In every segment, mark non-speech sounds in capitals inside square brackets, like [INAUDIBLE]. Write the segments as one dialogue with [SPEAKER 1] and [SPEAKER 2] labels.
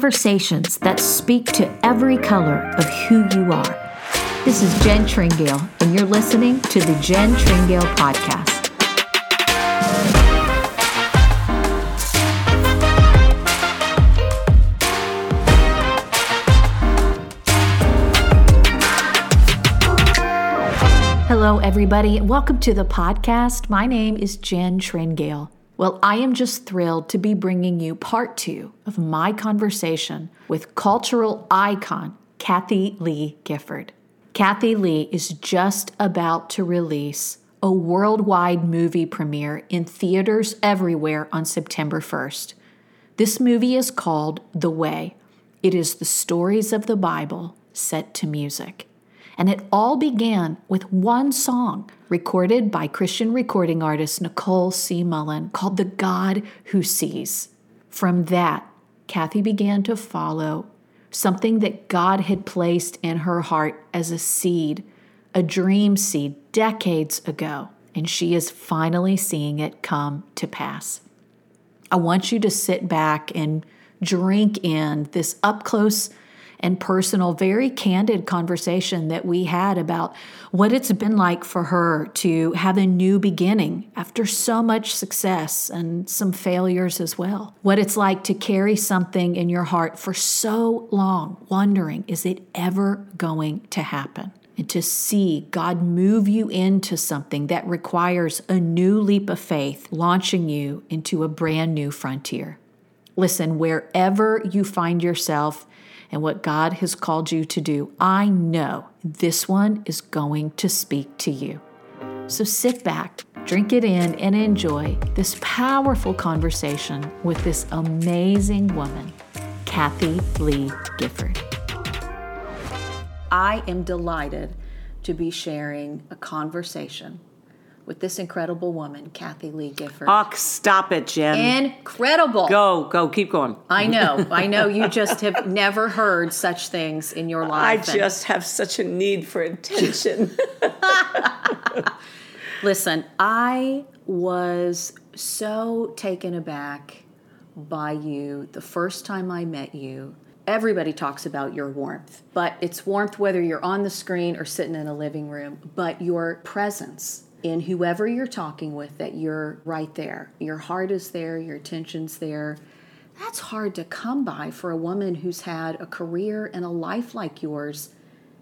[SPEAKER 1] conversations that speak to every color of who you are. This is Jen Tringale, and you're listening to the Jen Tringale Podcast. Hello, everybody. Welcome to the podcast. My name is Jen Tringale. Well, I am just thrilled to be bringing you part two of my conversation with cultural icon Kathy Lee Gifford. Kathy Lee is just about to release a worldwide movie premiere in theaters everywhere on September 1st. This movie is called The Way. It is the stories of the Bible set to music. And it all began with one song recorded by Christian recording artist Nicole C. Mullen called The God Who Sees. From that, Kathy began to follow something that God had placed in her heart as a seed, a dream seed decades ago. And she is finally seeing it come to pass. I want you to sit back and drink in this up close and personal, very candid conversation that we had about what it's been like for her to have a new beginning after so much success and some failures as well. What it's like to carry something in your heart for so long, wondering, is it ever going to happen? And to see God move you into something that requires a new leap of faith, launching you into a brand new frontier. Listen, wherever you find yourself, and what God has called you to do, I know this one is going to speak to you. So sit back, drink it in, and enjoy this powerful conversation with this amazing woman, Kathy Lee Gifford. I am delighted to be sharing a conversation with this incredible woman, Kathy Lee Gifford.
[SPEAKER 2] Oh, stop it, Jen.
[SPEAKER 1] Incredible.
[SPEAKER 2] go, go, keep going.
[SPEAKER 1] I know. I know you just have never heard such things in your
[SPEAKER 3] I
[SPEAKER 1] life. And
[SPEAKER 3] just have such a need for attention. [LAUGHS]
[SPEAKER 1] listen, I was so taken aback by you the first time I met you. Everybody talks about your warmth, but it's warmth whether you're on the screen or sitting in a living room, but your presence in whoever you're talking with that you're right there. Your heart is there, your attention's there. That's hard to come by for a woman who's had a career and a life like yours.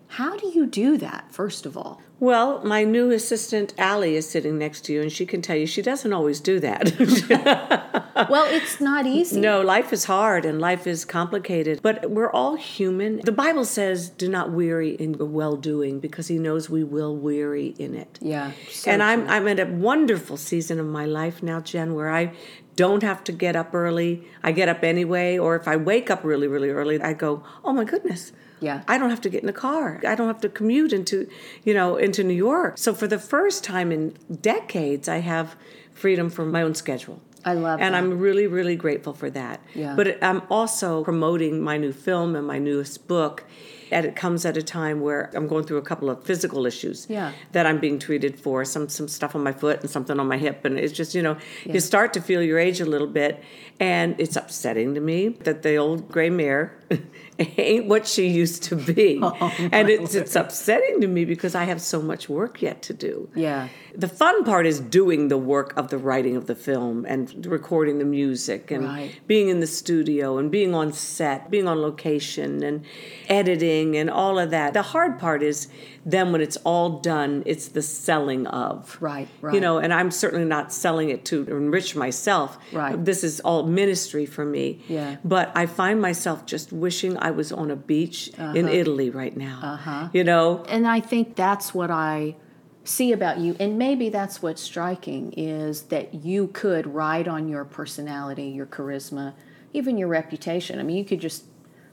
[SPEAKER 1] How do you do that, first of all?
[SPEAKER 3] well, my new assistant, Allie, is sitting next to you, and she can tell you she doesn't always do that. [LAUGHS]
[SPEAKER 1] Well, it's not easy.
[SPEAKER 3] no, life is hard and life is complicated, but we're all human. The Bible says, do not weary in well doing because he knows we will weary in it.
[SPEAKER 1] Yeah. so
[SPEAKER 3] and I'm I'm in a wonderful season of my life now, Jen, where I don't have to get up early. I get up anyway, or if I wake up really, really early, I go, oh my goodness.
[SPEAKER 1] Yeah.
[SPEAKER 3] I don't have to get in the car. I don't have to commute into, you know, into New York. So for the first time in decades, I have freedom from my own schedule.
[SPEAKER 1] I love
[SPEAKER 3] And
[SPEAKER 1] that.
[SPEAKER 3] I'm really, really grateful for that.
[SPEAKER 1] Yeah.
[SPEAKER 3] But I'm also promoting my new film and my newest book. And it comes at a time where I'm going through a couple of physical issues
[SPEAKER 1] Yeah.
[SPEAKER 3] that I'm being treated for some some stuff on my foot and something on my hip and it's just you know you start to feel your age a little bit and it's upsetting to me that the old gray mare [LAUGHS] ain't what she used to
[SPEAKER 1] [LAUGHS]
[SPEAKER 3] be
[SPEAKER 1] Oh,
[SPEAKER 3] and it's it's upsetting to me because I have so much work yet to do
[SPEAKER 1] Yeah.
[SPEAKER 3] the fun part is doing the work of the writing of the film and recording the music and
[SPEAKER 1] Right.
[SPEAKER 3] being in the studio and being on set, being on location and editing and all of that. The hard part is then when it's all done, it's the selling of.
[SPEAKER 1] Right, right.
[SPEAKER 3] You know, and I'm certainly not selling it to enrich myself.
[SPEAKER 1] Right.
[SPEAKER 3] This is all ministry for me.
[SPEAKER 1] Yeah.
[SPEAKER 3] But I find myself just wishing I was on a beach in Italy right now. Uh-huh. You know?
[SPEAKER 1] And I think that's what I see about you. And maybe that's what's striking is that you could ride on your personality, your charisma, even your reputation. I mean, you could just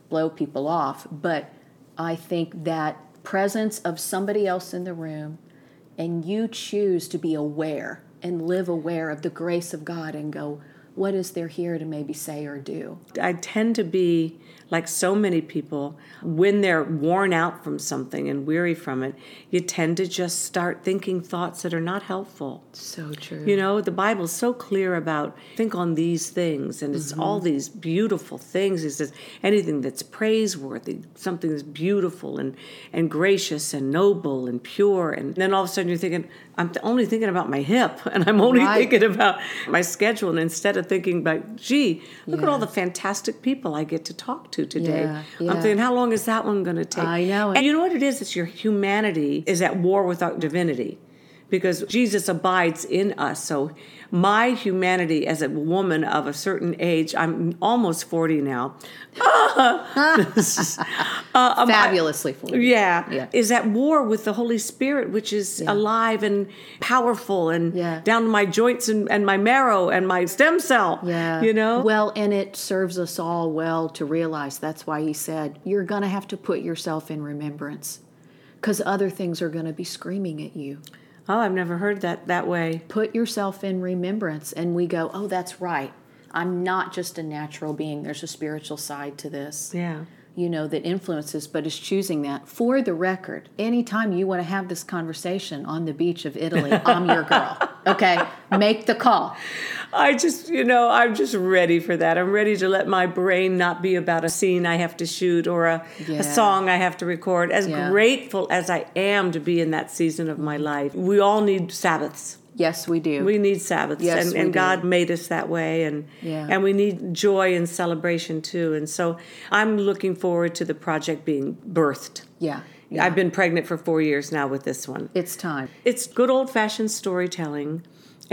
[SPEAKER 1] blow people off. But I think that presence of somebody else in the room and you choose to be aware and live aware of the grace of God and go, what is there here to maybe say or do?
[SPEAKER 3] I tend to be like so many people when they're worn out from something and weary from it, you tend to just start thinking thoughts that are not helpful.
[SPEAKER 1] So true.
[SPEAKER 3] You know, the Bible's so clear about think on these things, and it's all
[SPEAKER 1] Mm-hmm.
[SPEAKER 3] these beautiful things. It says anything that's praiseworthy, something that's beautiful and and gracious and noble and pure. And then all of a sudden you're thinking, I'm th- only thinking about my hip, [LAUGHS] and I'm only
[SPEAKER 1] Right.
[SPEAKER 3] thinking about my schedule. And instead of thinking about, gee, look at all the fantastic people I get to talk to today.
[SPEAKER 1] Yeah, yeah.
[SPEAKER 3] I'm thinking, how long is that one going to take?
[SPEAKER 1] I know.
[SPEAKER 3] And you know what it is? It's your humanity is at war with our divinity because Jesus abides in us. So my humanity as a woman of a certain age, I'm almost 40 now. Um,
[SPEAKER 1] Fabulously for you.
[SPEAKER 3] Yeah,
[SPEAKER 1] Yeah.
[SPEAKER 3] Is at war with the Holy Spirit, which is alive and powerful and
[SPEAKER 1] Yeah.
[SPEAKER 3] down to my joints and, and my marrow and my stem cell.
[SPEAKER 1] Yeah.
[SPEAKER 3] You know?
[SPEAKER 1] Well, and it serves us all well to realize that's why he said, you're going to have to put yourself in remembrance because other things are going to be screaming at you.
[SPEAKER 3] oh, I've never heard that that way.
[SPEAKER 1] Put yourself in remembrance. And we go, oh, that's right. I'm not just a natural being, there's a spiritual side to this.
[SPEAKER 3] Yeah.
[SPEAKER 1] you know, that influences, but is choosing that. For the record, anytime you want to have this conversation on the beach of Italy, I'm your
[SPEAKER 3] [LAUGHS]
[SPEAKER 1] girl. Okay, make the call.
[SPEAKER 3] I just, you know, I'm just ready for that. I'm ready to let my brain not be about a scene I have to shoot or a,
[SPEAKER 1] Yeah.
[SPEAKER 3] a song I have to record. As
[SPEAKER 1] Yeah.
[SPEAKER 3] grateful as I am to be in that season of my life, we all need Sabbaths.
[SPEAKER 1] Yes, we do.
[SPEAKER 3] We need Sabbaths,
[SPEAKER 1] Yes,
[SPEAKER 3] and,
[SPEAKER 1] we
[SPEAKER 3] and
[SPEAKER 1] do.
[SPEAKER 3] God made us that way, and
[SPEAKER 1] Yeah.
[SPEAKER 3] and we need joy and celebration too. And so, I'm looking forward to the project being birthed.
[SPEAKER 1] yeah, yeah.
[SPEAKER 3] I've been pregnant for four years now with this one.
[SPEAKER 1] it's time.
[SPEAKER 3] It's good old fashioned storytelling.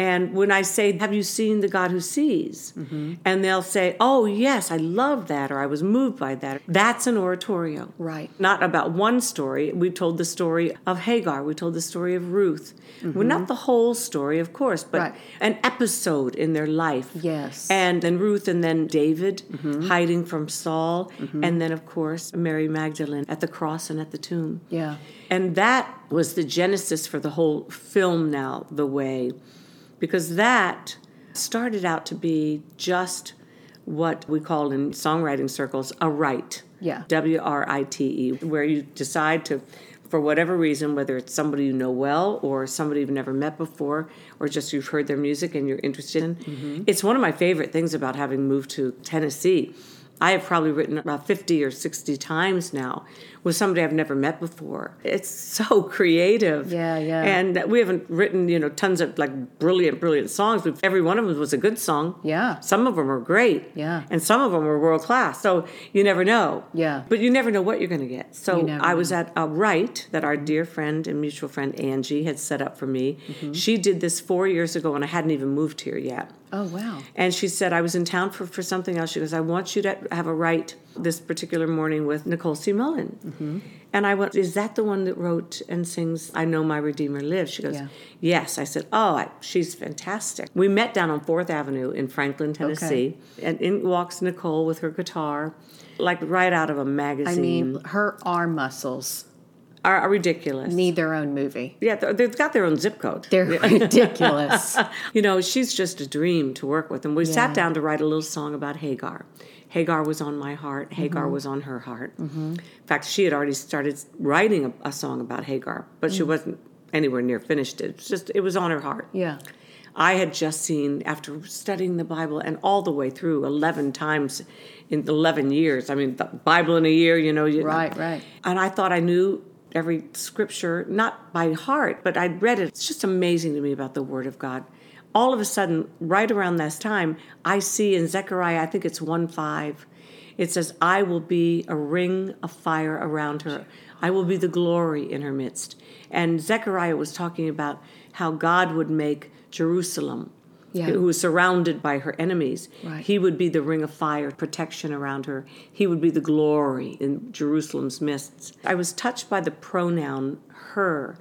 [SPEAKER 3] And when I say, Have you seen the God who sees?
[SPEAKER 1] Mm-hmm.
[SPEAKER 3] And they'll say, Oh, yes, I love that, or I was moved by that. That's an oratorio.
[SPEAKER 1] Right.
[SPEAKER 3] Not about one story. We told the story of Hagar, we told the story of Ruth. Well, not the whole story, of course, but
[SPEAKER 1] Mm-hmm. Right.
[SPEAKER 3] an episode in their life.
[SPEAKER 1] Yes. Mm-hmm.
[SPEAKER 3] And then Ruth, and then David hiding from Saul, and then, of course, Mary Magdalene at the cross and at the tomb.
[SPEAKER 1] Yeah.
[SPEAKER 3] And that was the genesis for the whole film now, The Way, because that started out to be just what we call in songwriting circles a right.
[SPEAKER 1] Yeah.
[SPEAKER 3] W R I T E, where you decide to, for whatever reason, whether it's somebody you know well or somebody you've never met before or just you've heard their music and you're interested in.
[SPEAKER 1] Mm-hmm.
[SPEAKER 3] It's one of my favorite things about having moved to Tennessee. I have probably written about 50 or 60 times now with somebody I've never met before. It's so [LAUGHS] creative.
[SPEAKER 1] Yeah, yeah.
[SPEAKER 3] And we haven't written, you know, tons of like brilliant, brilliant songs. We've, every one of them was a good song.
[SPEAKER 1] Yeah.
[SPEAKER 3] Some of them are great.
[SPEAKER 1] Yeah.
[SPEAKER 3] And some of them are world class. So you never know.
[SPEAKER 1] Yeah.
[SPEAKER 3] But you never know what you're going to get.
[SPEAKER 1] You
[SPEAKER 3] So
[SPEAKER 1] never
[SPEAKER 3] I was
[SPEAKER 1] know.
[SPEAKER 3] at a rite that our dear friend and mutual friend Angie had set up for me.
[SPEAKER 1] Mm-hmm.
[SPEAKER 3] She did this four years ago, and I hadn't even moved here yet.
[SPEAKER 1] Oh, wow.
[SPEAKER 3] And she said, I was in town for, for something else. She goes, I want you to have a rite this particular morning with Nicole C. Mullen.
[SPEAKER 1] Mm-hmm.
[SPEAKER 3] And I went, Is that the one that wrote and sings I Know My Redeemer Lives? She goes,
[SPEAKER 1] Yeah.
[SPEAKER 3] Yes. I said, Oh, I, she's fantastic. We met down on Fourth Avenue in Franklin, Tennessee. And in walks Nicole with her guitar, like right out of a
[SPEAKER 1] I
[SPEAKER 3] magazine.
[SPEAKER 1] mean, her arm muscles
[SPEAKER 3] are, are ridiculous.
[SPEAKER 1] need their own movie.
[SPEAKER 3] yeah, they're- they've got their own zip code.
[SPEAKER 1] They're [LAUGHS] ridiculous.
[SPEAKER 3] you know, she's just a dream to work with. And we
[SPEAKER 1] Yeah.
[SPEAKER 3] sat down to write a little song about Hagar. Hagar was on my heart. Hagar
[SPEAKER 1] Mm-hmm.
[SPEAKER 3] was on her heart. In fact, she had already started writing a, a song about Hagar, but
[SPEAKER 1] Mm.
[SPEAKER 3] she wasn't anywhere near finished. It was just it was on her heart.
[SPEAKER 1] Yeah.
[SPEAKER 3] I had just seen after studying the Bible and all the way through 11 times in 11 years. I mean, the Bible in a year, you know. You
[SPEAKER 1] Right, right.
[SPEAKER 3] And I thought I knew every scripture, not by heart, but I'd read it. It's just amazing to me about the Word of God. All of a sudden, right around this time, I see in Zechariah, I think it's 1 5, it says, I will be a ring of fire around her. I will be the glory in her midst. And Zechariah was talking about how God would make Jerusalem,
[SPEAKER 1] Yeah.
[SPEAKER 3] who was surrounded by her enemies,
[SPEAKER 1] Right.
[SPEAKER 3] he would be the ring of fire, protection around her. He would be the glory in Jerusalem's midst. I was touched by the pronoun her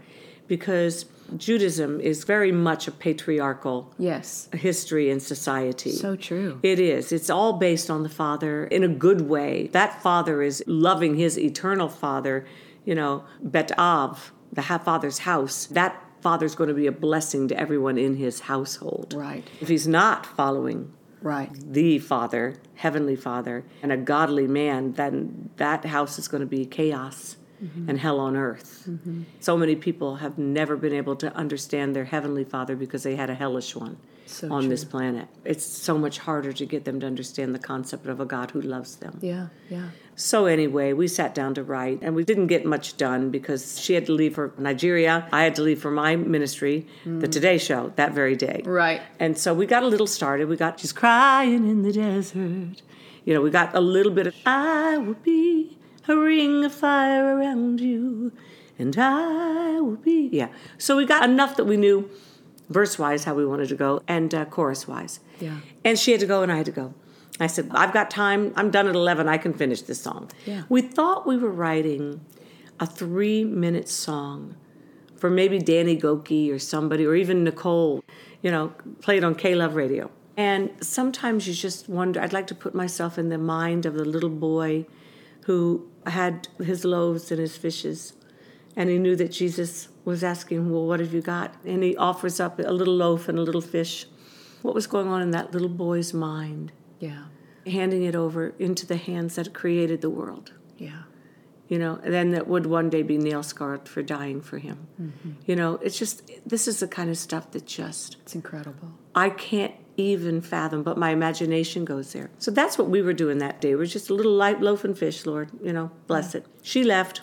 [SPEAKER 3] because Judaism is very much a patriarchal
[SPEAKER 1] Yes.
[SPEAKER 3] history and society.
[SPEAKER 1] So true.
[SPEAKER 3] It is. It's all based on the Father in a good way. That Father is loving his eternal Father, you know, Bet Av, the ha- Father's house. That Father's going to be a blessing to everyone in his household.
[SPEAKER 1] Right.
[SPEAKER 3] If he's not following
[SPEAKER 1] Right.
[SPEAKER 3] the Father, Heavenly Father, and a godly man, then that house is going to be chaos
[SPEAKER 1] Mm-hmm.
[SPEAKER 3] and hell on earth. So many people have never been able to understand their Heavenly Father because they had a hellish one
[SPEAKER 1] So
[SPEAKER 3] on this planet. It's so much harder to get them to understand the concept of a God who loves them.
[SPEAKER 1] Yeah. Yeah.
[SPEAKER 3] So, anyway, we sat down to write and we didn't get much done because she had to leave for Nigeria. I had to leave for my ministry,
[SPEAKER 1] Mm.
[SPEAKER 3] the Today Show, that very day.
[SPEAKER 1] Right.
[SPEAKER 3] And so we got a little started. We got She's Crying in the Desert. You know, we got a little bit of I will be a ring of fire around you, and I will be. Yeah. So we got enough that we knew verse wise how we wanted to go and uh, chorus wise.
[SPEAKER 1] Yeah.
[SPEAKER 3] And she had to go and I had to go. I said, I've got time. I'm done at 11. I can finish this song.
[SPEAKER 1] Yeah.
[SPEAKER 3] We thought we were writing a three minute song for maybe Danny Goki or somebody, or even Nicole, you know, played on K Love Radio. And sometimes you just wonder, I'd like to put myself in the mind of the little boy who had his loaves and his fishes. And he knew that Jesus was asking, Well, what have you got? And he offers up a little loaf and a little fish. What was going on in that little boy's mind?
[SPEAKER 1] Yeah.
[SPEAKER 3] Handing it over into the hands that created the world
[SPEAKER 1] Yeah.
[SPEAKER 3] you know, and then that would one day be nail scarred for dying for him. You know, it's just, this is the kind of stuff that just,
[SPEAKER 1] It's incredible.
[SPEAKER 3] I can't even fathom, but my imagination goes there. So that's what we were doing that day. It was just a little light loaf and fish, Lord, you know, bless it. She left.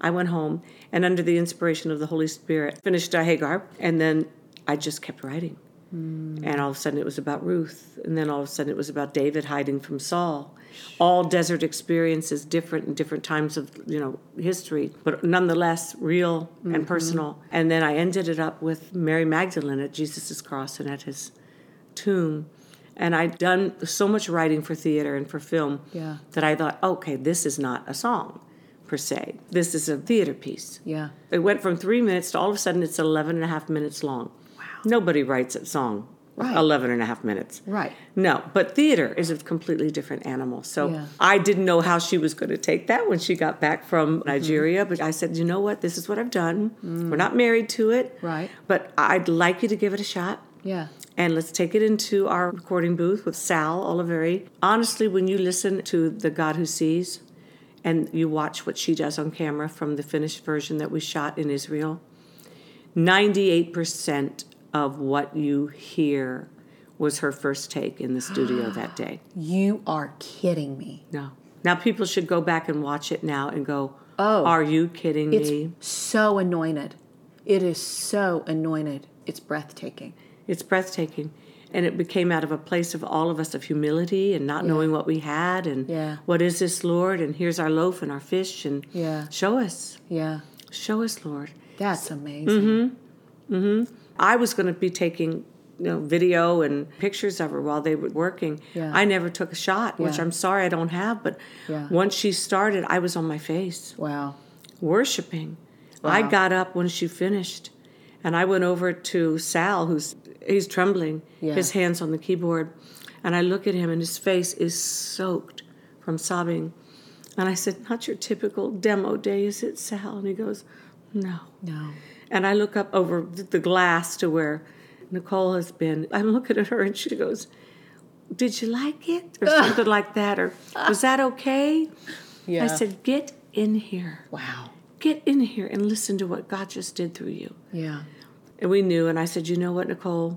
[SPEAKER 3] I went home and under the inspiration of the Holy Spirit finished uh, Hagar and then I just kept writing. And all of a sudden it was about Ruth. And then all of a sudden it was about David hiding from Saul. All desert experiences different in different times of you know history, but nonetheless real and personal. And then I ended it up with Mary Magdalene at Jesus' cross and at his tomb. And I'd done so much writing for theater and for film
[SPEAKER 1] Yeah.
[SPEAKER 3] that I thought, okay, this is not a song per se. This is a theater piece.
[SPEAKER 1] Yeah.
[SPEAKER 3] It went from three minutes to all of a sudden it's 11 and a half minutes long. Wow. Nobody writes a song
[SPEAKER 1] Right.
[SPEAKER 3] 11 and a half minutes.
[SPEAKER 1] Right.
[SPEAKER 3] No, but theater is a completely different animal. So
[SPEAKER 1] Yeah.
[SPEAKER 3] I didn't know how she was going to take that when she got back from
[SPEAKER 1] Mm-hmm.
[SPEAKER 3] Nigeria, but I said, you know what? This is what I've done. We're not married to it.
[SPEAKER 1] Mm. Right.
[SPEAKER 3] But I'd like you to give it a shot.
[SPEAKER 1] Yeah.
[SPEAKER 3] And let's take it into our recording booth with Sal Oliveri. Honestly, when you listen to The God Who Sees and you watch what she does on camera from the finished version that we shot in Israel, 98% of what you hear was her first take in
[SPEAKER 1] [GASPS]
[SPEAKER 3] the studio that day.
[SPEAKER 1] You are kidding me.
[SPEAKER 3] No. Now, people should go back and watch it now and go,
[SPEAKER 1] Oh.
[SPEAKER 3] Are you kidding
[SPEAKER 1] It's
[SPEAKER 3] me?
[SPEAKER 1] so anointed. It is so anointed. It's breathtaking.
[SPEAKER 3] It's breathtaking. And it became out of a place of all of us of humility and not knowing what we had and
[SPEAKER 1] Yeah.
[SPEAKER 3] what is this, Lord? And here's our loaf and our fish and
[SPEAKER 1] Yeah.
[SPEAKER 3] show us.
[SPEAKER 1] Yeah.
[SPEAKER 3] Show us, Lord.
[SPEAKER 1] That's amazing.
[SPEAKER 3] I was going to be taking you know video and pictures of her while they were working.
[SPEAKER 1] Yeah.
[SPEAKER 3] I never took a shot, which
[SPEAKER 1] Yeah.
[SPEAKER 3] I'm sorry I don't have, but
[SPEAKER 1] Yeah.
[SPEAKER 3] once she started, I was on my face.
[SPEAKER 1] Wow.
[SPEAKER 3] worshiping. I got up when she finished, and I went over to Sal, who's he's trembling,
[SPEAKER 1] Yeah.
[SPEAKER 3] his hands on the keyboard, and I look at him, and his face is soaked from sobbing, and I said, "Not your typical demo day, is it, Sal?" And he goes, "No."
[SPEAKER 1] No.
[SPEAKER 3] And I look up over th- the glass to where Nicole has been. I'm looking at her, and she goes, "Did you like it?" or
[SPEAKER 1] [LAUGHS]
[SPEAKER 3] something like that, or "Was that okay?"
[SPEAKER 1] Yeah.
[SPEAKER 3] I said, "Get in here."
[SPEAKER 1] wow.
[SPEAKER 3] get in here and listen to what God just did through you.
[SPEAKER 1] Yeah.
[SPEAKER 3] And we knew, and I said, you know what, Nicole?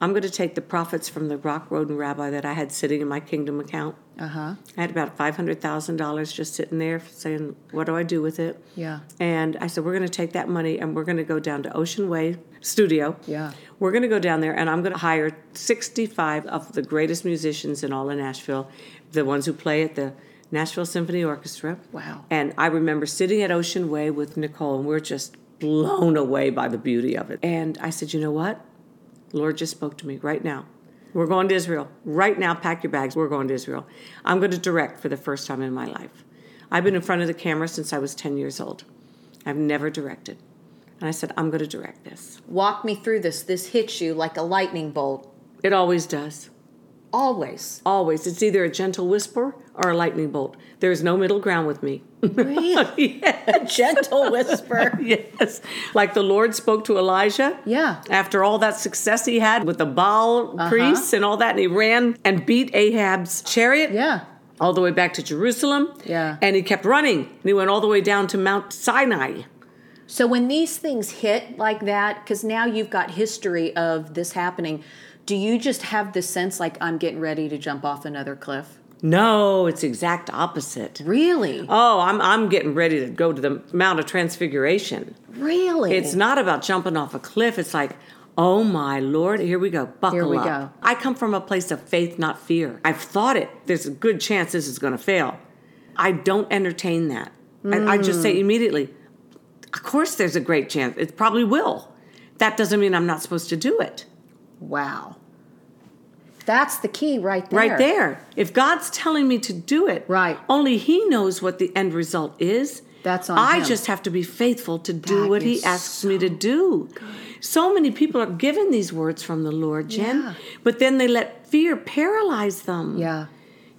[SPEAKER 3] I'm going to take the profits from the Rock Road and Rabbi that I had sitting in my kingdom account.
[SPEAKER 1] Uh huh.
[SPEAKER 3] I had about $500,000 just sitting there saying, what do I do with it?
[SPEAKER 1] Yeah.
[SPEAKER 3] And I said, we're going to take that money and we're going to go down to Ocean Way Studio.
[SPEAKER 1] Yeah.
[SPEAKER 3] We're going to go down there and I'm going to hire 65 of the greatest musicians in all of Nashville, the ones who play at the Nashville Symphony Orchestra.
[SPEAKER 1] Wow.
[SPEAKER 3] And I remember sitting at Ocean Way with Nicole and we're just blown away by the beauty of it. And I said, you know what? Lord just spoke to me right now. We're going to Israel. Right now, pack your bags. We're going to Israel. I'm going to direct for the first time in my life. I've been in front of the camera since I was 10 years old. I've never directed. And I said, I'm going to direct this.
[SPEAKER 1] Walk me through this. This hits you like a lightning bolt.
[SPEAKER 3] It always does.
[SPEAKER 1] Always.
[SPEAKER 3] Always. It's either a gentle whisper or a lightning bolt. There is no middle ground with me. [LAUGHS]
[SPEAKER 1] [LAUGHS] A gentle whisper.
[SPEAKER 3] yes. Like the Lord spoke to Elijah.
[SPEAKER 1] [LAUGHS] Yeah.
[SPEAKER 3] After all that success he had with the Baal
[SPEAKER 1] Uh-huh.
[SPEAKER 3] priests and all that, and he ran and beat Ahab's chariot.
[SPEAKER 1] Yeah.
[SPEAKER 3] All the way back to Jerusalem.
[SPEAKER 1] Yeah.
[SPEAKER 3] And he kept running. And he went all the way down to Mount Sinai.
[SPEAKER 1] So when these things hit like that, because now you've got history of this happening, do you just have the sense like I'm getting ready to jump off another cliff?
[SPEAKER 3] No, it's exact opposite.
[SPEAKER 1] Really?
[SPEAKER 3] Oh, I'm I'm getting ready to go to the Mount of Transfiguration.
[SPEAKER 1] really?
[SPEAKER 3] It's not about jumping off a cliff. It's like, oh my lord, here we go. Buckle
[SPEAKER 1] we
[SPEAKER 3] up.
[SPEAKER 1] go.
[SPEAKER 3] I come from a place of faith, not fear. I've thought it. There's a good chance this is going to fail. I don't entertain that. I, I just
[SPEAKER 1] Mm.
[SPEAKER 3] say immediately, of course, there's a great chance. It probably will. That doesn't mean I'm not supposed to do it.
[SPEAKER 1] Wow. That's the key right there.
[SPEAKER 3] Right there. If God's telling me to do it,
[SPEAKER 1] Right.
[SPEAKER 3] Only He knows what the end result is.
[SPEAKER 1] That's on
[SPEAKER 3] I
[SPEAKER 1] him.
[SPEAKER 3] just have to be faithful to do
[SPEAKER 1] That
[SPEAKER 3] what He
[SPEAKER 1] is
[SPEAKER 3] asks me to do. So many people are given these words from the Lord, Jen,
[SPEAKER 1] Yeah.
[SPEAKER 3] but then they let fear paralyze them.
[SPEAKER 1] Yeah.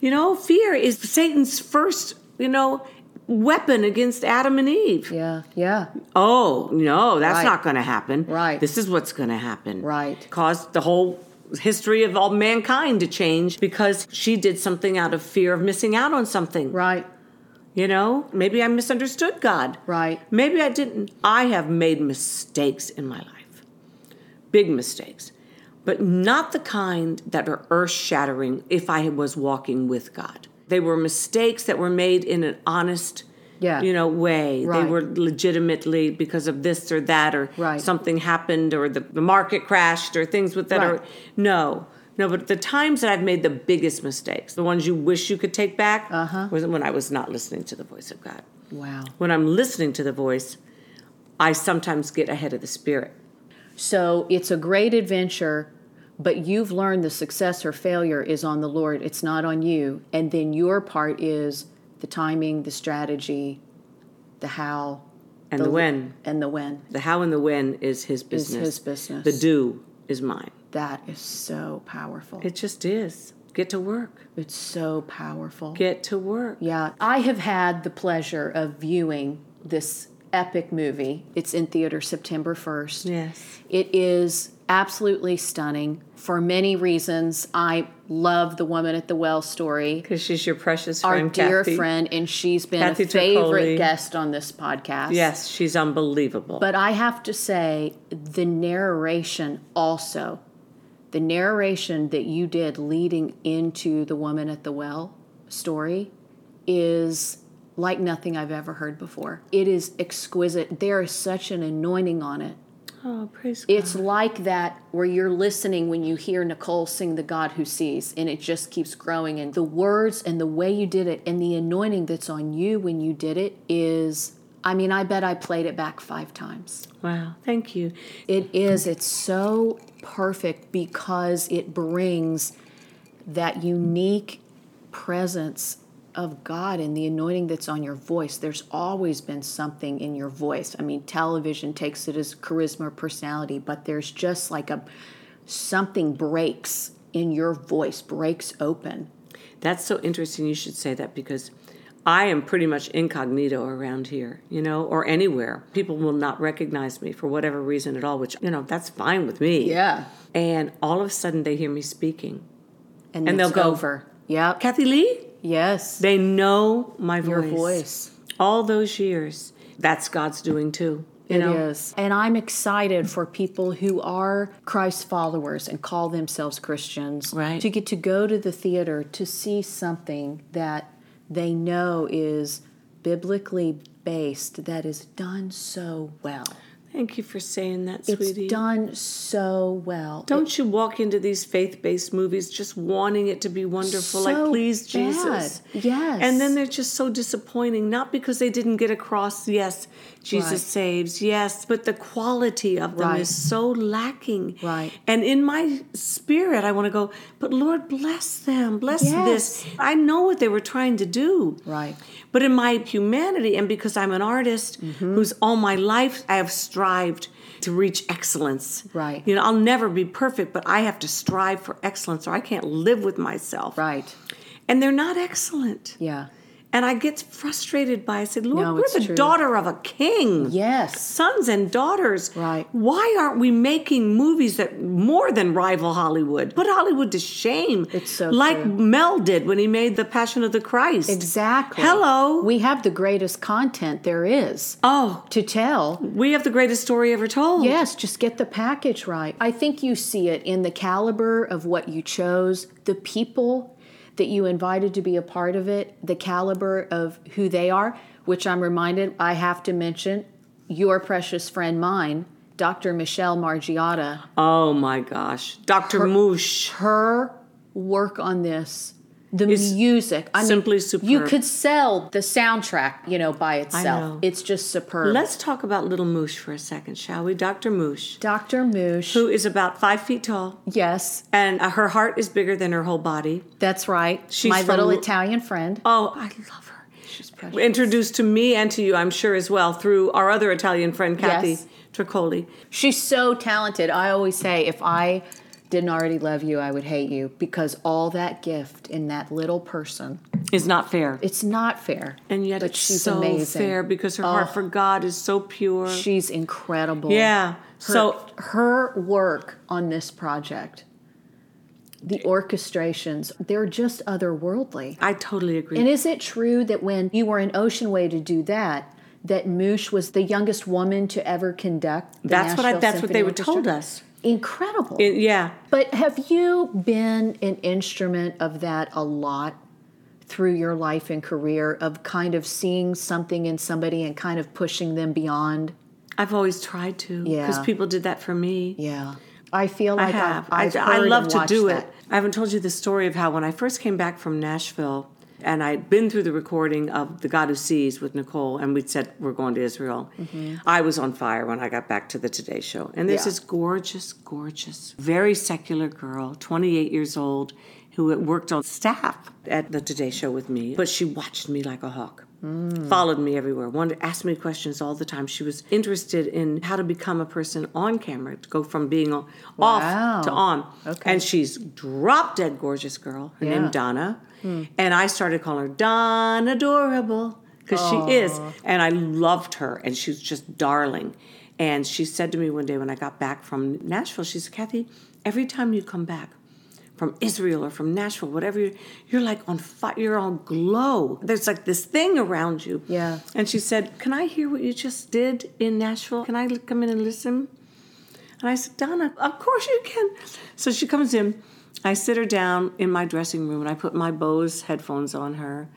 [SPEAKER 3] You know, fear is Satan's first, you know, weapon against Adam and Eve.
[SPEAKER 1] Yeah. Yeah.
[SPEAKER 3] Oh, no, that's
[SPEAKER 1] Right.
[SPEAKER 3] not going to happen.
[SPEAKER 1] Right.
[SPEAKER 3] This is what's going to happen.
[SPEAKER 1] Right.
[SPEAKER 3] Caused the whole history of all mankind to change because she did something out of fear of missing out on something.
[SPEAKER 1] Right.
[SPEAKER 3] You know, maybe I misunderstood God.
[SPEAKER 1] Right.
[SPEAKER 3] Maybe I didn't. I have made mistakes in my life, big mistakes, but not the kind that are earth shattering if I was walking with God. They were mistakes that were made in an honest,
[SPEAKER 1] Yeah.
[SPEAKER 3] you know, way. They
[SPEAKER 1] Right.
[SPEAKER 3] were legitimately because of this or that or
[SPEAKER 1] Right.
[SPEAKER 3] something happened or the, the market crashed or things with that
[SPEAKER 1] Right.
[SPEAKER 3] are no. No, but the times that I've made the biggest mistakes, the ones you wish you could take back, uh-huh. was when I was not listening to the voice of God
[SPEAKER 1] Wow.
[SPEAKER 3] when I'm listening to the voice, I sometimes get ahead of the spirit.
[SPEAKER 1] So it's a great adventure, but you've learned the success or failure is on the Lord, it's not on you. And then your part is the timing, the strategy, the how,
[SPEAKER 3] And the, when,
[SPEAKER 1] and the when.
[SPEAKER 3] the how and the when is his business.
[SPEAKER 1] his business.
[SPEAKER 3] The do is mine.
[SPEAKER 1] That is so powerful.
[SPEAKER 3] It just is. Get to work.
[SPEAKER 1] It's so powerful.
[SPEAKER 3] Get to work.
[SPEAKER 1] Yeah, I have had the pleasure of viewing this epic movie. It's in theater September 1st.
[SPEAKER 3] Yes.
[SPEAKER 1] It is absolutely stunning for many reasons. I love the woman at the well story.
[SPEAKER 3] Because she's your precious
[SPEAKER 1] Our
[SPEAKER 3] friend,
[SPEAKER 1] dear
[SPEAKER 3] Kathy.
[SPEAKER 1] friend, and she's been
[SPEAKER 3] Kathy
[SPEAKER 1] a favorite
[SPEAKER 3] Tricoli.
[SPEAKER 1] guest on this podcast.
[SPEAKER 3] Yes, she's unbelievable.
[SPEAKER 1] But I have to say, the narration also, the narration that you did leading into the woman at the well story is like nothing I've ever heard before. It is exquisite. There is such an anointing on it.
[SPEAKER 3] oh, praise God.
[SPEAKER 1] It's like that where you're listening when you hear Nicole sing The God Who Sees, and it just keeps growing. And the words and the way you did it and the anointing that's on you when you did it is, I mean, I bet I played it back five times.
[SPEAKER 3] Wow. Thank you.
[SPEAKER 1] It is, it's so perfect because it brings that unique presence of God and the anointing that's on your voice. There's always been something in your voice. I mean, television takes it as charisma or personality, but there's just like a something breaks in your voice, breaks open.
[SPEAKER 3] That's so interesting you should say that because I am pretty much incognito around here, you know, or anywhere. People will not recognize me for whatever reason at all, which, you know, that's fine with me.
[SPEAKER 1] Yeah.
[SPEAKER 3] And all of a sudden they hear me speaking.
[SPEAKER 1] And,
[SPEAKER 3] And
[SPEAKER 1] it's
[SPEAKER 3] they'll go,
[SPEAKER 1] over. Yep.
[SPEAKER 3] Kathy Lee?
[SPEAKER 1] Yes.
[SPEAKER 3] They know my voice.
[SPEAKER 1] your voice.
[SPEAKER 3] All those years. That's God's doing too. You
[SPEAKER 1] It is,
[SPEAKER 3] know?
[SPEAKER 1] And I'm excited for people who are Christ followers and call themselves Christians
[SPEAKER 3] Right.
[SPEAKER 1] to get to go to the theater to see something that they know is biblically based that is done so well.
[SPEAKER 3] Thank you for saying that, sweetie.
[SPEAKER 1] It's done so well.
[SPEAKER 3] Don't you walk into these faith based movies just wanting it to be wonderful, like
[SPEAKER 1] So
[SPEAKER 3] please Jesus.
[SPEAKER 1] bad. Yes.
[SPEAKER 3] And then they're just so disappointing, not because they didn't get across, yes, Jesus
[SPEAKER 1] Right.
[SPEAKER 3] saves, yes, but the quality of them
[SPEAKER 1] Right.
[SPEAKER 3] is so lacking.
[SPEAKER 1] Right.
[SPEAKER 3] And in my spirit, I want to go, but Lord, bless them, bless
[SPEAKER 1] Yes.
[SPEAKER 3] this. I know what they were trying to do.
[SPEAKER 1] Right. Mm-hmm.
[SPEAKER 3] But in my humanity, and because I'm an artist who's all my life, I have struggled strived to reach excellence.
[SPEAKER 1] Right.
[SPEAKER 3] You know, I'll never be perfect, but I have to strive for excellence or I can't live with myself.
[SPEAKER 1] Right.
[SPEAKER 3] And they're not excellent.
[SPEAKER 1] Yeah.
[SPEAKER 3] And I get frustrated by it. I said, Lord,
[SPEAKER 1] No,
[SPEAKER 3] we're
[SPEAKER 1] it's
[SPEAKER 3] the
[SPEAKER 1] true.
[SPEAKER 3] daughter of a king.
[SPEAKER 1] Yes.
[SPEAKER 3] Sons and daughters.
[SPEAKER 1] Right.
[SPEAKER 3] Why aren't we making movies that more than rival Hollywood? Put Hollywood to shame.
[SPEAKER 1] It's so
[SPEAKER 3] like
[SPEAKER 1] true.
[SPEAKER 3] Mel did when he made The Passion of the Christ.
[SPEAKER 1] Exactly.
[SPEAKER 3] Hello.
[SPEAKER 1] We have the greatest content there is
[SPEAKER 3] oh,
[SPEAKER 1] to tell.
[SPEAKER 3] we have the greatest story ever told.
[SPEAKER 1] Yes, just get the package right. I think you see it in the caliber of what you chose, the people that you invited to be a part of it, the caliber of who they are, which I'm reminded I have to mention your precious friend, mine, Dr. Michelle Margiotta.
[SPEAKER 3] Oh my gosh, Dr. Moosh.
[SPEAKER 1] her work on this the music I
[SPEAKER 3] simply
[SPEAKER 1] you
[SPEAKER 3] superb.
[SPEAKER 1] could sell the soundtrack you know by
[SPEAKER 3] know.
[SPEAKER 1] itself it's just superb
[SPEAKER 3] Let's talk about Little Moosh for a second, shall we? Dr. Moosh,
[SPEAKER 1] dr moosh
[SPEAKER 3] who is about five feet tall,
[SPEAKER 1] yes
[SPEAKER 3] and uh, her heart is bigger than her whole body.
[SPEAKER 1] that's right
[SPEAKER 3] She's
[SPEAKER 1] my
[SPEAKER 3] from-
[SPEAKER 1] little italian friend
[SPEAKER 3] Oh, I love her.
[SPEAKER 1] she's precious
[SPEAKER 3] Introduced to me and to you, I'm sure, as well, through our other Italian friend, Kathy
[SPEAKER 1] Yes.
[SPEAKER 3] Tricoli.
[SPEAKER 1] she's so talented i always say if i didn't already love you i would hate you because all that gift in that little person
[SPEAKER 3] Is not fair.
[SPEAKER 1] it's not fair
[SPEAKER 3] and yet
[SPEAKER 1] but
[SPEAKER 3] it's
[SPEAKER 1] she's
[SPEAKER 3] so
[SPEAKER 1] amazing
[SPEAKER 3] fair because her
[SPEAKER 1] Oh.
[SPEAKER 3] heart for God is so pure.
[SPEAKER 1] she's incredible
[SPEAKER 3] yeah.
[SPEAKER 1] her,
[SPEAKER 3] so
[SPEAKER 1] her work on this project the orchestrations they're just otherworldly
[SPEAKER 3] I totally agree.
[SPEAKER 1] and is it true that when you were in ocean way to do that that Moosh was the youngest woman to ever conduct the
[SPEAKER 3] That's what I-
[SPEAKER 1] Nashville
[SPEAKER 3] that's what they
[SPEAKER 1] Symphony
[SPEAKER 3] were told
[SPEAKER 1] Orchestra?
[SPEAKER 3] us.
[SPEAKER 1] incredible
[SPEAKER 3] It- yeah.
[SPEAKER 1] but have you been an instrument of that a lot through your life and career of kind of seeing something in somebody and kind of pushing them beyond
[SPEAKER 3] I've always tried to
[SPEAKER 1] Yeah.
[SPEAKER 3] because people did that for me.
[SPEAKER 1] yeah i feel
[SPEAKER 3] I
[SPEAKER 1] like
[SPEAKER 3] have.
[SPEAKER 1] i
[SPEAKER 3] I,
[SPEAKER 1] have
[SPEAKER 3] I love to do it. I haven't told you the story of how when I first came back from Nashville and I'd been through the recording of The God Who Sees with Nicole and we'd said we're going to Israel. I was on fire when I got back to the Today Show. And there's
[SPEAKER 1] Mm-hmm. Yeah.
[SPEAKER 3] this gorgeous, gorgeous, very secular girl, 28 years old, who had worked on staff at the Today Show with me, but she watched me like a hawk.
[SPEAKER 1] Mm.
[SPEAKER 3] Followed me everywhere, wanted to ask me questions all the time. She was interested in how to become a person on camera, to go from being on,
[SPEAKER 1] Wow.
[SPEAKER 3] off to on.
[SPEAKER 1] Okay.
[SPEAKER 3] And she's drop dead gorgeous girl. Her name
[SPEAKER 1] Yeah. Hmm.
[SPEAKER 3] Donna. And I started calling her Don Adorable because she is. And I loved her and she's just darling. And she said to me one day when I got back from Nashville, she said, Kathy, every time you come back from Israel or from Nashville, whatever, you're, you're like on fire, you're on glow. There's like this thing around you.
[SPEAKER 1] Yeah.
[SPEAKER 3] And she said, Can I hear what you just did in Nashville? Can I l- come in and listen? And I said, Donna, of course you can. So she comes in. I sit her down in my dressing room and I put my Bose headphones on her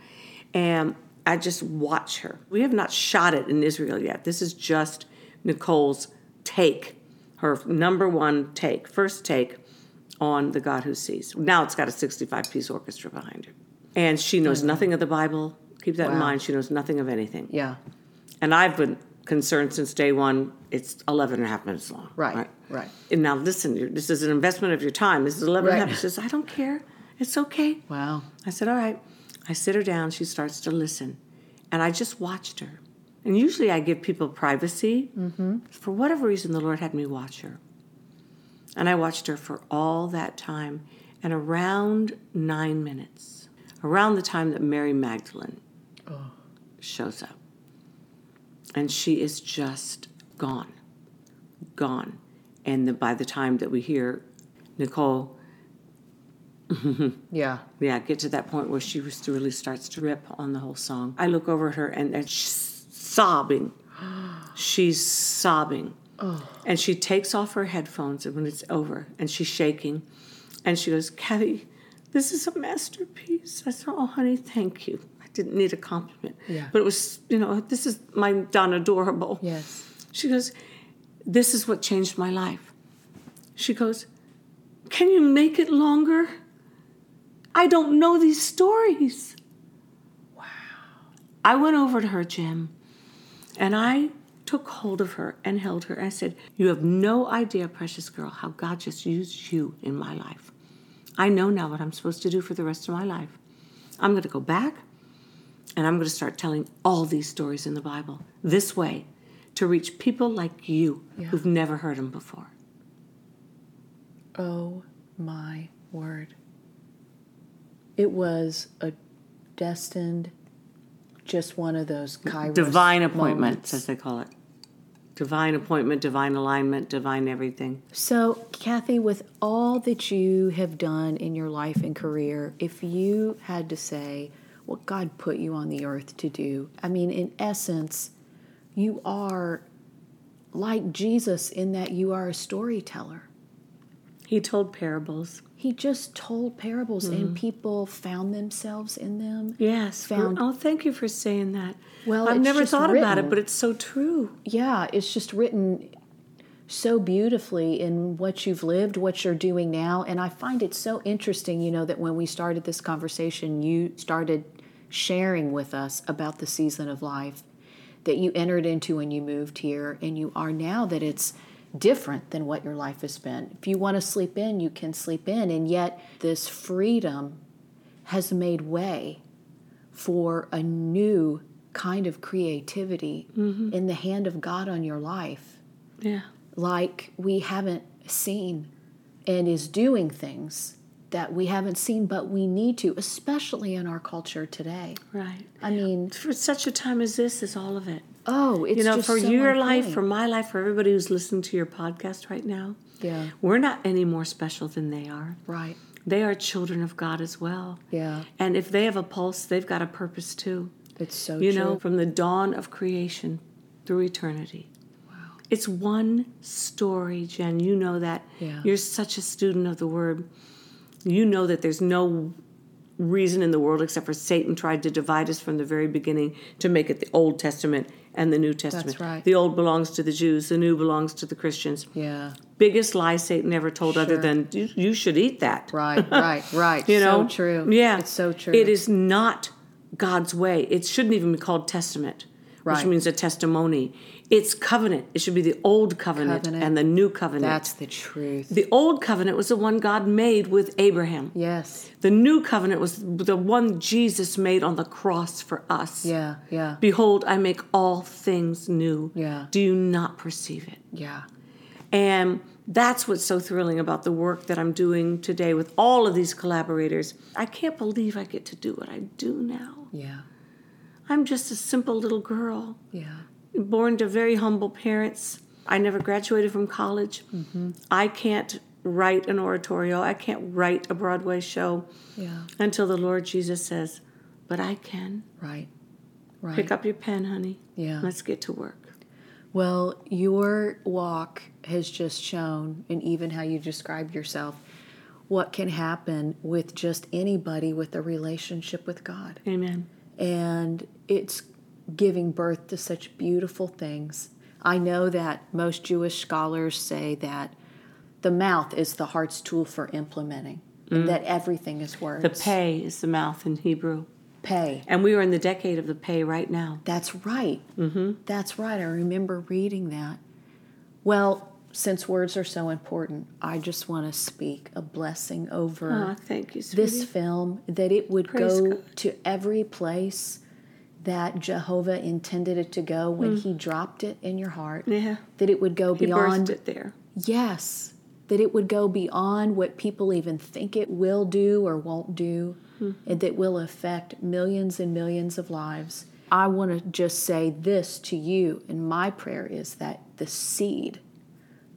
[SPEAKER 3] and I just watch her. We have not shot it in Israel yet. This is just Nicole's take, her number one take, first take on The God Who Sees. Now it's got a 65 piece orchestra behind it. And she knows nothing of the Bible. Keep that in
[SPEAKER 1] Wow.
[SPEAKER 3] mind. She knows nothing of anything
[SPEAKER 1] yeah
[SPEAKER 3] and I've been concerned since day one, it's 11 and a half minutes long.
[SPEAKER 1] Right, right.
[SPEAKER 3] And now listen, you're- this is an investment of your time. This is 11 and a half.
[SPEAKER 1] Right.
[SPEAKER 3] She says, I don't care. It's okay.
[SPEAKER 1] Wow.
[SPEAKER 3] I said, all right. I sit her down. She starts to listen. And I just watched her. And usually I give people privacy. Mm-hmm. For whatever reason, the Lord had me watch her. And I watched her for all that time. And around nine minutes, around the time that Mary Magdalene shows up. And she is just gone. Gone. And the, by the time that we hear Nicole
[SPEAKER 1] Yeah.
[SPEAKER 3] yeah, get to that point where she just really starts to rip on the whole song. I look over at her and, and she's sobbing. She's sobbing. And she takes off her headphones and when it's over and she's shaking and she goes, Kathy, this is a masterpiece. I said, Oh honey, thank you. I didn't need a compliment.
[SPEAKER 1] Yeah.
[SPEAKER 3] But it was you know, this is my Don Adorable.
[SPEAKER 1] Yes.
[SPEAKER 3] She goes, This is what changed my life. She goes, Can you make it longer? I don't know these stories. Wow. I went over to her, Jim, and I took hold of her and held her. I said, You have no idea, precious girl, how God just used you in my life. I know now what I'm supposed to do for the rest of my life. I'm going to go back and I'm going to start telling all these stories in the Bible this way to reach people like you who've never heard him before.
[SPEAKER 1] Oh my word. It was a destined, just one of those Kairos
[SPEAKER 3] Divine appointments,
[SPEAKER 1] moments.
[SPEAKER 3] as they call it. Divine appointment, divine alignment, divine everything.
[SPEAKER 1] So, Kathy, with all that you have done in your life and career, if you had to say what God put you on the earth to do, I mean, in essence, you are like Jesus in that you are a storyteller.
[SPEAKER 3] He told parables.
[SPEAKER 1] He just told parables and people found themselves in them.
[SPEAKER 3] Yes.
[SPEAKER 1] Found-
[SPEAKER 3] Oh, thank you for saying that.
[SPEAKER 1] Well,
[SPEAKER 3] I've
[SPEAKER 1] it's
[SPEAKER 3] never
[SPEAKER 1] just
[SPEAKER 3] thought about
[SPEAKER 1] written.
[SPEAKER 3] it, but it's so true.
[SPEAKER 1] yeah, it's just written so beautifully in what you've lived, what you're doing now. And I find it so interesting, you know, that when we started this conversation, you started sharing with us about the season of life that you entered into when you moved here and you are now that it's different than what your life has been. If you want to sleep in, you can sleep in. And yet, this freedom has made way for a new kind of creativity
[SPEAKER 3] Mm-hmm.
[SPEAKER 1] in the hand of God on your life,
[SPEAKER 3] Yeah.
[SPEAKER 1] like we haven't seen, and is doing things that we haven't seen, but we need to, especially in our culture today.
[SPEAKER 3] Right.
[SPEAKER 1] I mean,
[SPEAKER 3] For such a time as this, is all of it.
[SPEAKER 1] oh, it's
[SPEAKER 3] you know,
[SPEAKER 1] just
[SPEAKER 3] for
[SPEAKER 1] so
[SPEAKER 3] your
[SPEAKER 1] on
[SPEAKER 3] life,
[SPEAKER 1] point.
[SPEAKER 3] for my life, for everybody who's listening to your podcast right now,
[SPEAKER 1] yeah,
[SPEAKER 3] we're not any more special than they are.
[SPEAKER 1] right,
[SPEAKER 3] They are children of God as well.
[SPEAKER 1] yeah,
[SPEAKER 3] And if they have a pulse, they've got a purpose too.
[SPEAKER 1] it's so
[SPEAKER 3] You
[SPEAKER 1] true.
[SPEAKER 3] know, from the dawn of creation through eternity. Wow. It's one story, Jen. You know that.
[SPEAKER 1] Yeah.
[SPEAKER 3] You're such a student of the word. You know that there's no reason in the world except for Satan tried to divide us from the very beginning to make it the Old Testament and the New Testament.
[SPEAKER 1] right.
[SPEAKER 3] The old belongs to the Jews, the new belongs to the Christians.
[SPEAKER 1] yeah,
[SPEAKER 3] Biggest lie Satan ever told, other
[SPEAKER 1] Sure.
[SPEAKER 3] than you, you should eat that [LAUGHS]
[SPEAKER 1] right, right, right.
[SPEAKER 3] you
[SPEAKER 1] so
[SPEAKER 3] know
[SPEAKER 1] true.
[SPEAKER 3] yeah
[SPEAKER 1] it's so true.
[SPEAKER 3] it is not god's way it shouldn't even be called testament which
[SPEAKER 1] Right.
[SPEAKER 3] means a testimony it's covenant it should be the old covenant,
[SPEAKER 1] Covenant.
[SPEAKER 3] and the new covenant
[SPEAKER 1] That's the truth.
[SPEAKER 3] the old covenant was the one god made with abraham
[SPEAKER 1] yes.
[SPEAKER 3] the new covenant was the one jesus made on the cross for us
[SPEAKER 1] Yeah. Yeah.
[SPEAKER 3] behold i make all things new
[SPEAKER 1] Yeah.
[SPEAKER 3] do you not perceive it
[SPEAKER 1] yeah.
[SPEAKER 3] and that's what's so thrilling about the work that I'm doing today with all of these collaborators. I can't believe I get to do what I do now.
[SPEAKER 1] Yeah.
[SPEAKER 3] I'm just a simple little girl,
[SPEAKER 1] Yeah.
[SPEAKER 3] born to very humble parents. I never graduated from college. I can't write an oratorio, I can't write a Broadway show
[SPEAKER 1] Yeah.
[SPEAKER 3] until the Lord Jesus says, But I can.
[SPEAKER 1] Right. Right.
[SPEAKER 3] Pick up your pen, honey.
[SPEAKER 1] Yeah.
[SPEAKER 3] Let's get to work.
[SPEAKER 1] Well, your walk has just shown, and even how you describe yourself, what can happen with just anybody with a relationship with God.
[SPEAKER 3] Amen.
[SPEAKER 1] And it's giving birth to such beautiful things. I know that most Jewish scholars say that the mouth is the heart's tool for implementing, and that everything is words.
[SPEAKER 3] The pay is the mouth in Hebrew.
[SPEAKER 1] Pay.
[SPEAKER 3] And we are in the decade of the pay right now.
[SPEAKER 1] That's right. Mm-hmm. That's right. I remember reading that. Well, since words are so important, I just want to speak a blessing over
[SPEAKER 3] Oh, thank you, sweetie.
[SPEAKER 1] this film that it would
[SPEAKER 3] Praise
[SPEAKER 1] go
[SPEAKER 3] God.
[SPEAKER 1] to every place that Jehovah intended it to go when he dropped it in your heart.
[SPEAKER 3] Yeah.
[SPEAKER 1] That it would go
[SPEAKER 3] Mm. He
[SPEAKER 1] beyond
[SPEAKER 3] birthed it there.
[SPEAKER 1] Yes, that it would go beyond what people even think it will do or won't do, and that will affect millions and millions of lives. I want to just say this to you, and my prayer is that the seed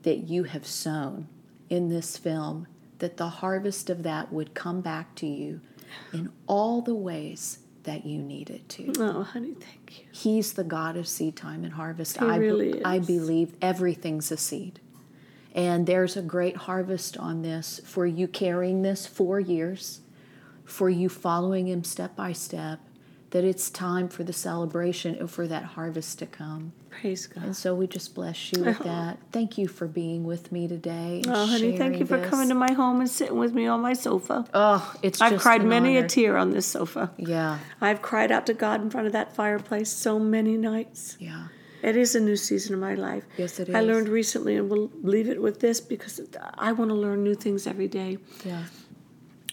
[SPEAKER 1] that you have sown in this film, that the harvest of that would come back to you in all the ways that you need it to.
[SPEAKER 3] Oh, honey, thank you.
[SPEAKER 1] He's the God of seed time and harvest. I, be-
[SPEAKER 3] really
[SPEAKER 1] I
[SPEAKER 3] is.
[SPEAKER 1] believe everything's a seed. And there's a great harvest on this for you carrying this four years, for you following him step by step, that it's time for the celebration and for that harvest to come.
[SPEAKER 3] Praise God.
[SPEAKER 1] And so we just bless you with that. Thank you for being with me today. and
[SPEAKER 3] Oh, honey, thank
[SPEAKER 1] sharing
[SPEAKER 3] you for
[SPEAKER 1] this.
[SPEAKER 3] coming to my home and sitting with me on my sofa.
[SPEAKER 1] Oh, it's
[SPEAKER 3] I've
[SPEAKER 1] just
[SPEAKER 3] cried
[SPEAKER 1] an
[SPEAKER 3] many
[SPEAKER 1] honor.
[SPEAKER 3] a tear on this sofa.
[SPEAKER 1] Yeah,
[SPEAKER 3] I've cried out to God in front of that fireplace so many nights.
[SPEAKER 1] yeah.
[SPEAKER 3] It is a new season of my life.
[SPEAKER 1] Yes, it
[SPEAKER 3] I
[SPEAKER 1] is.
[SPEAKER 3] learned recently, and we'll leave it with this because I want to learn new things every day.
[SPEAKER 1] Yeah.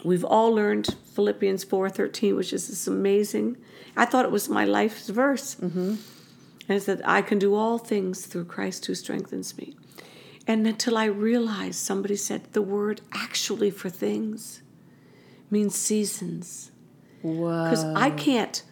[SPEAKER 3] We've all learned Philippians 4:13, which is this amazing. I thought it was my life's verse. And it's that I can do all things through Christ who strengthens me. And until I realized, somebody said the word actually for things means seasons. Because
[SPEAKER 1] Oh.
[SPEAKER 3] I can't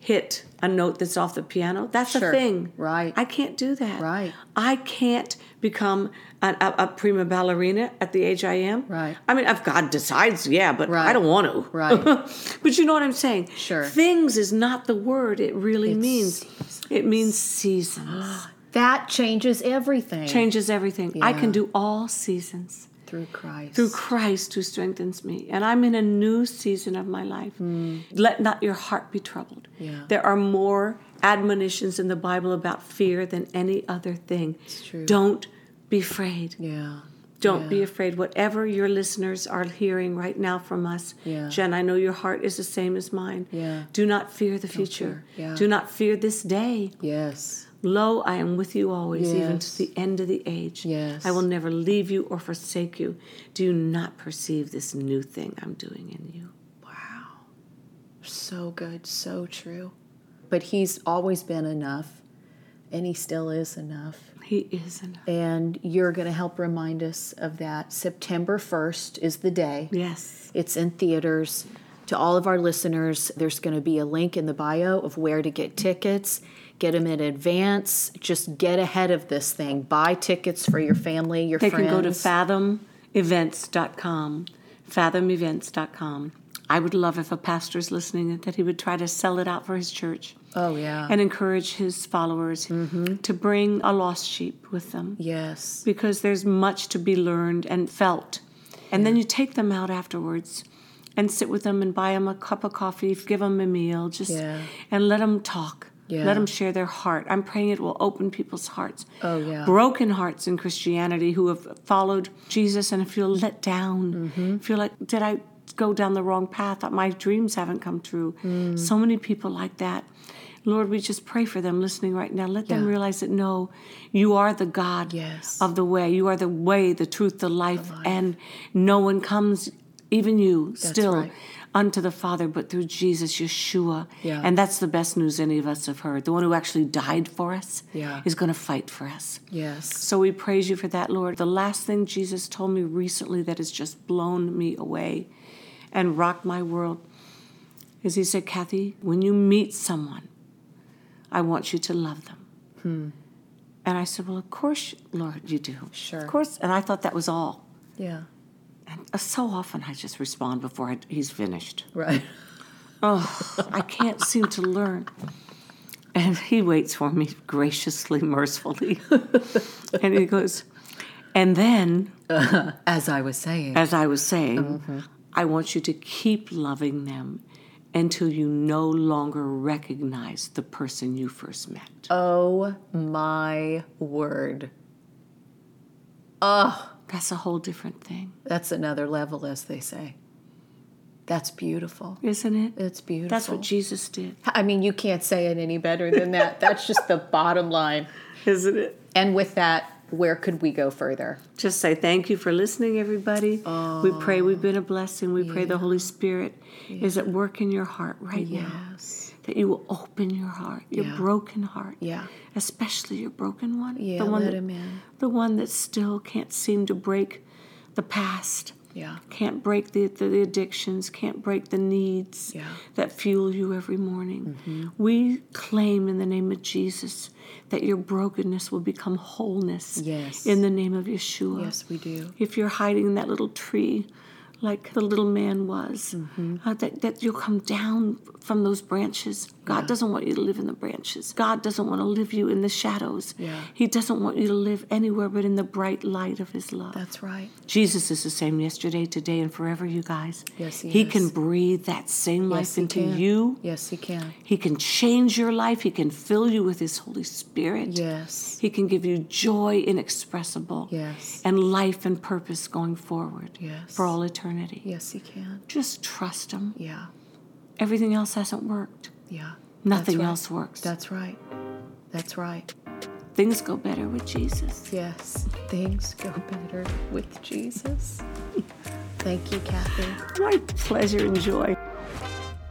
[SPEAKER 3] hit a note that's off the piano. That's
[SPEAKER 1] Sure.
[SPEAKER 3] a thing.
[SPEAKER 1] Right.
[SPEAKER 3] I can't do that.
[SPEAKER 1] Right.
[SPEAKER 3] I can't become a, a, a prima ballerina at the age I am.
[SPEAKER 1] Right.
[SPEAKER 3] I mean, if God decides, yeah, but
[SPEAKER 1] Right.
[SPEAKER 3] I don't want to.
[SPEAKER 1] Right.
[SPEAKER 3] [LAUGHS] but you know what I'm saying?
[SPEAKER 1] Sure.
[SPEAKER 3] Things is not the word it really
[SPEAKER 1] It's
[SPEAKER 3] means. It
[SPEAKER 1] [GASPS]
[SPEAKER 3] means seasons.
[SPEAKER 1] That changes everything.
[SPEAKER 3] Changes everything. I
[SPEAKER 1] Yeah.
[SPEAKER 3] can do all seasons
[SPEAKER 1] through Christ.
[SPEAKER 3] through Christ who strengthens me. And I'm in a new season of my life.
[SPEAKER 1] Hmm.
[SPEAKER 3] Let not your heart be troubled.
[SPEAKER 1] Yeah.
[SPEAKER 3] There are more admonitions in the Bible about fear than any other thing. It's
[SPEAKER 1] true.
[SPEAKER 3] Don't be afraid.
[SPEAKER 1] Yeah.
[SPEAKER 3] Don't be
[SPEAKER 1] Yeah.
[SPEAKER 3] afraid. Whatever your listeners are hearing right now from us,
[SPEAKER 1] Yeah.
[SPEAKER 3] Jen, I know your heart is the same as mine.
[SPEAKER 1] Yeah.
[SPEAKER 3] Do not fear the future.
[SPEAKER 1] fear. Yeah.
[SPEAKER 3] Do not fear this day.
[SPEAKER 1] Yes.
[SPEAKER 3] Lo, I am with you always, even
[SPEAKER 1] Yes.
[SPEAKER 3] to the end of the age.
[SPEAKER 1] Yes.
[SPEAKER 3] I will never leave you or forsake you. Do you not perceive this new thing I'm doing in you?
[SPEAKER 1] So good, so true. But he's always been enough and he still is enough.
[SPEAKER 3] He is enough.
[SPEAKER 1] And you're going to help remind us of that. September 1st is the day.
[SPEAKER 3] Yes.
[SPEAKER 1] It's in theaters. To all of our listeners, there's going to be a link in the bio of where to get tickets. Get them in advance. Just get ahead of this thing. Buy tickets for your family, your
[SPEAKER 3] They
[SPEAKER 1] friends.
[SPEAKER 3] can go to fathomevents.com, fathomevents.com. I would love if a pastor's listening that he would try to sell it out for his church
[SPEAKER 1] Oh yeah.
[SPEAKER 3] and encourage his followers to bring a lost sheep with them.
[SPEAKER 1] yes.
[SPEAKER 3] because there's much to be learned and felt. And then you take them out afterwards and sit with them and buy them a cup of coffee, give them a meal, just
[SPEAKER 1] Yeah.
[SPEAKER 3] and let them talk.
[SPEAKER 1] Yeah.
[SPEAKER 3] Let them share their heart. I'm praying it will open people's hearts.
[SPEAKER 1] Oh, yeah.
[SPEAKER 3] Broken hearts in Christianity who have followed Jesus and feel let down.
[SPEAKER 1] Mm-hmm.
[SPEAKER 3] Feel like did I go down the wrong path? My dreams haven't come true.
[SPEAKER 1] Mm.
[SPEAKER 3] So many people like that. Lord, we just pray for them listening right now. Let them
[SPEAKER 1] Yeah.
[SPEAKER 3] realize that no, you are the God
[SPEAKER 1] Yes.
[SPEAKER 3] of the way. You are the way, the truth, the life, and no one comes, even you, still
[SPEAKER 1] right.
[SPEAKER 3] unto the Father, but through Jesus, Yeshua.
[SPEAKER 1] Yeah.
[SPEAKER 3] And that's the best news any of us have heard. The one who actually died for us
[SPEAKER 1] Yeah.
[SPEAKER 3] is going to fight for us.
[SPEAKER 1] Yes.
[SPEAKER 3] So we praise you for that, Lord. The last thing Jesus told me recently that has just blown me away and rocked my world is he said, Kathy, when you meet someone, I want you to love them. And I said, Well, of course, Lord, you do.
[SPEAKER 1] Sure.
[SPEAKER 3] Of course. And I thought that was all.
[SPEAKER 1] Yeah.
[SPEAKER 3] And uh, so often I just respond before I, he's finished.
[SPEAKER 1] Right. [LAUGHS]
[SPEAKER 3] Oh, [LAUGHS] I can't seem to learn. And he waits for me graciously, mercifully. and he goes, and then,
[SPEAKER 1] As I was saying.
[SPEAKER 3] as I was saying,
[SPEAKER 1] Mm-hmm.
[SPEAKER 3] I want you to keep loving them until you no longer recognize the person you first met.
[SPEAKER 1] Oh my word.
[SPEAKER 3] That's a whole different thing,
[SPEAKER 1] That's another level, as they say. That's beautiful.
[SPEAKER 3] isn't it?
[SPEAKER 1] It's beautiful.
[SPEAKER 3] That's what Jesus did,
[SPEAKER 1] I mean, you can't say it any better than
[SPEAKER 3] [LAUGHS]
[SPEAKER 1] that. That's just the bottom line.
[SPEAKER 3] isn't it?
[SPEAKER 1] And with that, where could we go further?
[SPEAKER 3] just say thank you for listening, everybody. we pray we've been a blessing. We pray the Holy Spirit is at work in your heart right now.
[SPEAKER 1] Yes.
[SPEAKER 3] That you will open your heart, your
[SPEAKER 1] Yeah.
[SPEAKER 3] broken heart.
[SPEAKER 1] Yeah.
[SPEAKER 3] Especially your broken one.
[SPEAKER 1] Yeah,
[SPEAKER 3] the one
[SPEAKER 1] let
[SPEAKER 3] that,
[SPEAKER 1] him in.
[SPEAKER 3] The one that still can't seem to break the past.
[SPEAKER 1] Yeah.
[SPEAKER 3] Can't break the, the, the addictions, can't break the needs
[SPEAKER 1] Yeah. Mm-hmm.
[SPEAKER 3] that fuel you every morning. We claim in the name of Jesus that your brokenness will become wholeness
[SPEAKER 1] Yes.
[SPEAKER 3] in the name of Yeshua
[SPEAKER 1] Yes, we do.
[SPEAKER 3] if you're hiding in that little tree like the little man was
[SPEAKER 1] Mm-hmm.
[SPEAKER 3] uh, that, that you'll come down from those branches god doesn't want you to live in the branches god doesn't want to live you in the shadows
[SPEAKER 1] Yeah.
[SPEAKER 3] he doesn't want you to live anywhere but in the bright light of his love
[SPEAKER 1] That's right.
[SPEAKER 3] jesus is the same yesterday today and forever you guys
[SPEAKER 1] Yes, he
[SPEAKER 3] he
[SPEAKER 1] is.
[SPEAKER 3] can breathe that same
[SPEAKER 1] Yes,
[SPEAKER 3] life
[SPEAKER 1] he
[SPEAKER 3] into
[SPEAKER 1] can.
[SPEAKER 3] you
[SPEAKER 1] Yes, he can.
[SPEAKER 3] he can change your life he can fill you with his holy spirit
[SPEAKER 1] Yes.
[SPEAKER 3] he can give you joy inexpressible.
[SPEAKER 1] Yes.
[SPEAKER 3] And life and purpose going forward.
[SPEAKER 1] Yes.
[SPEAKER 3] For all eternity.
[SPEAKER 1] Yes, he can.
[SPEAKER 3] Just trust him.
[SPEAKER 1] Yeah.
[SPEAKER 3] Everything else hasn't worked.
[SPEAKER 1] Yeah.
[SPEAKER 3] Nothing
[SPEAKER 1] That's right.
[SPEAKER 3] else works.
[SPEAKER 1] That's right. That's right.
[SPEAKER 3] Things go better with Jesus.
[SPEAKER 1] Yes. Things go better with Jesus. Thank you, Kathy.
[SPEAKER 3] My pleasure and joy.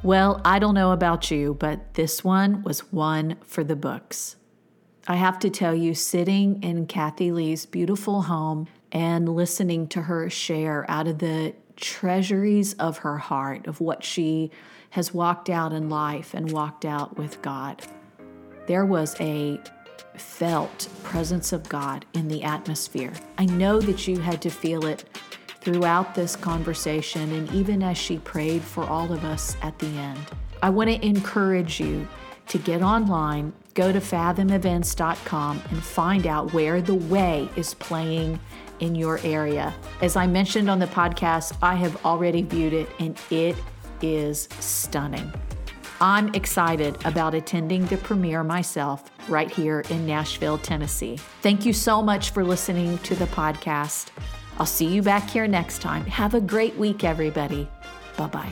[SPEAKER 4] Well, I don't know about you, but this one was one for the books.
[SPEAKER 1] I have to tell you, sitting in Kathy Lee's beautiful home and listening to her share out of the treasuries of her heart of what she has walked out in life and walked out with God, there was a felt presence of God in the atmosphere. I know that you had to feel it throughout this conversation and even as she prayed for all of us at the end. I want to encourage you to get online, go to fathomevents.com and find out where the way is playing in your area. As I mentioned on the podcast, I have already viewed it and it is stunning. I'm excited about attending the premiere myself right here in Nashville, Tennessee. Thank you so much for listening to the podcast. I'll see you back here next time. Have a great week, everybody. Bye bye.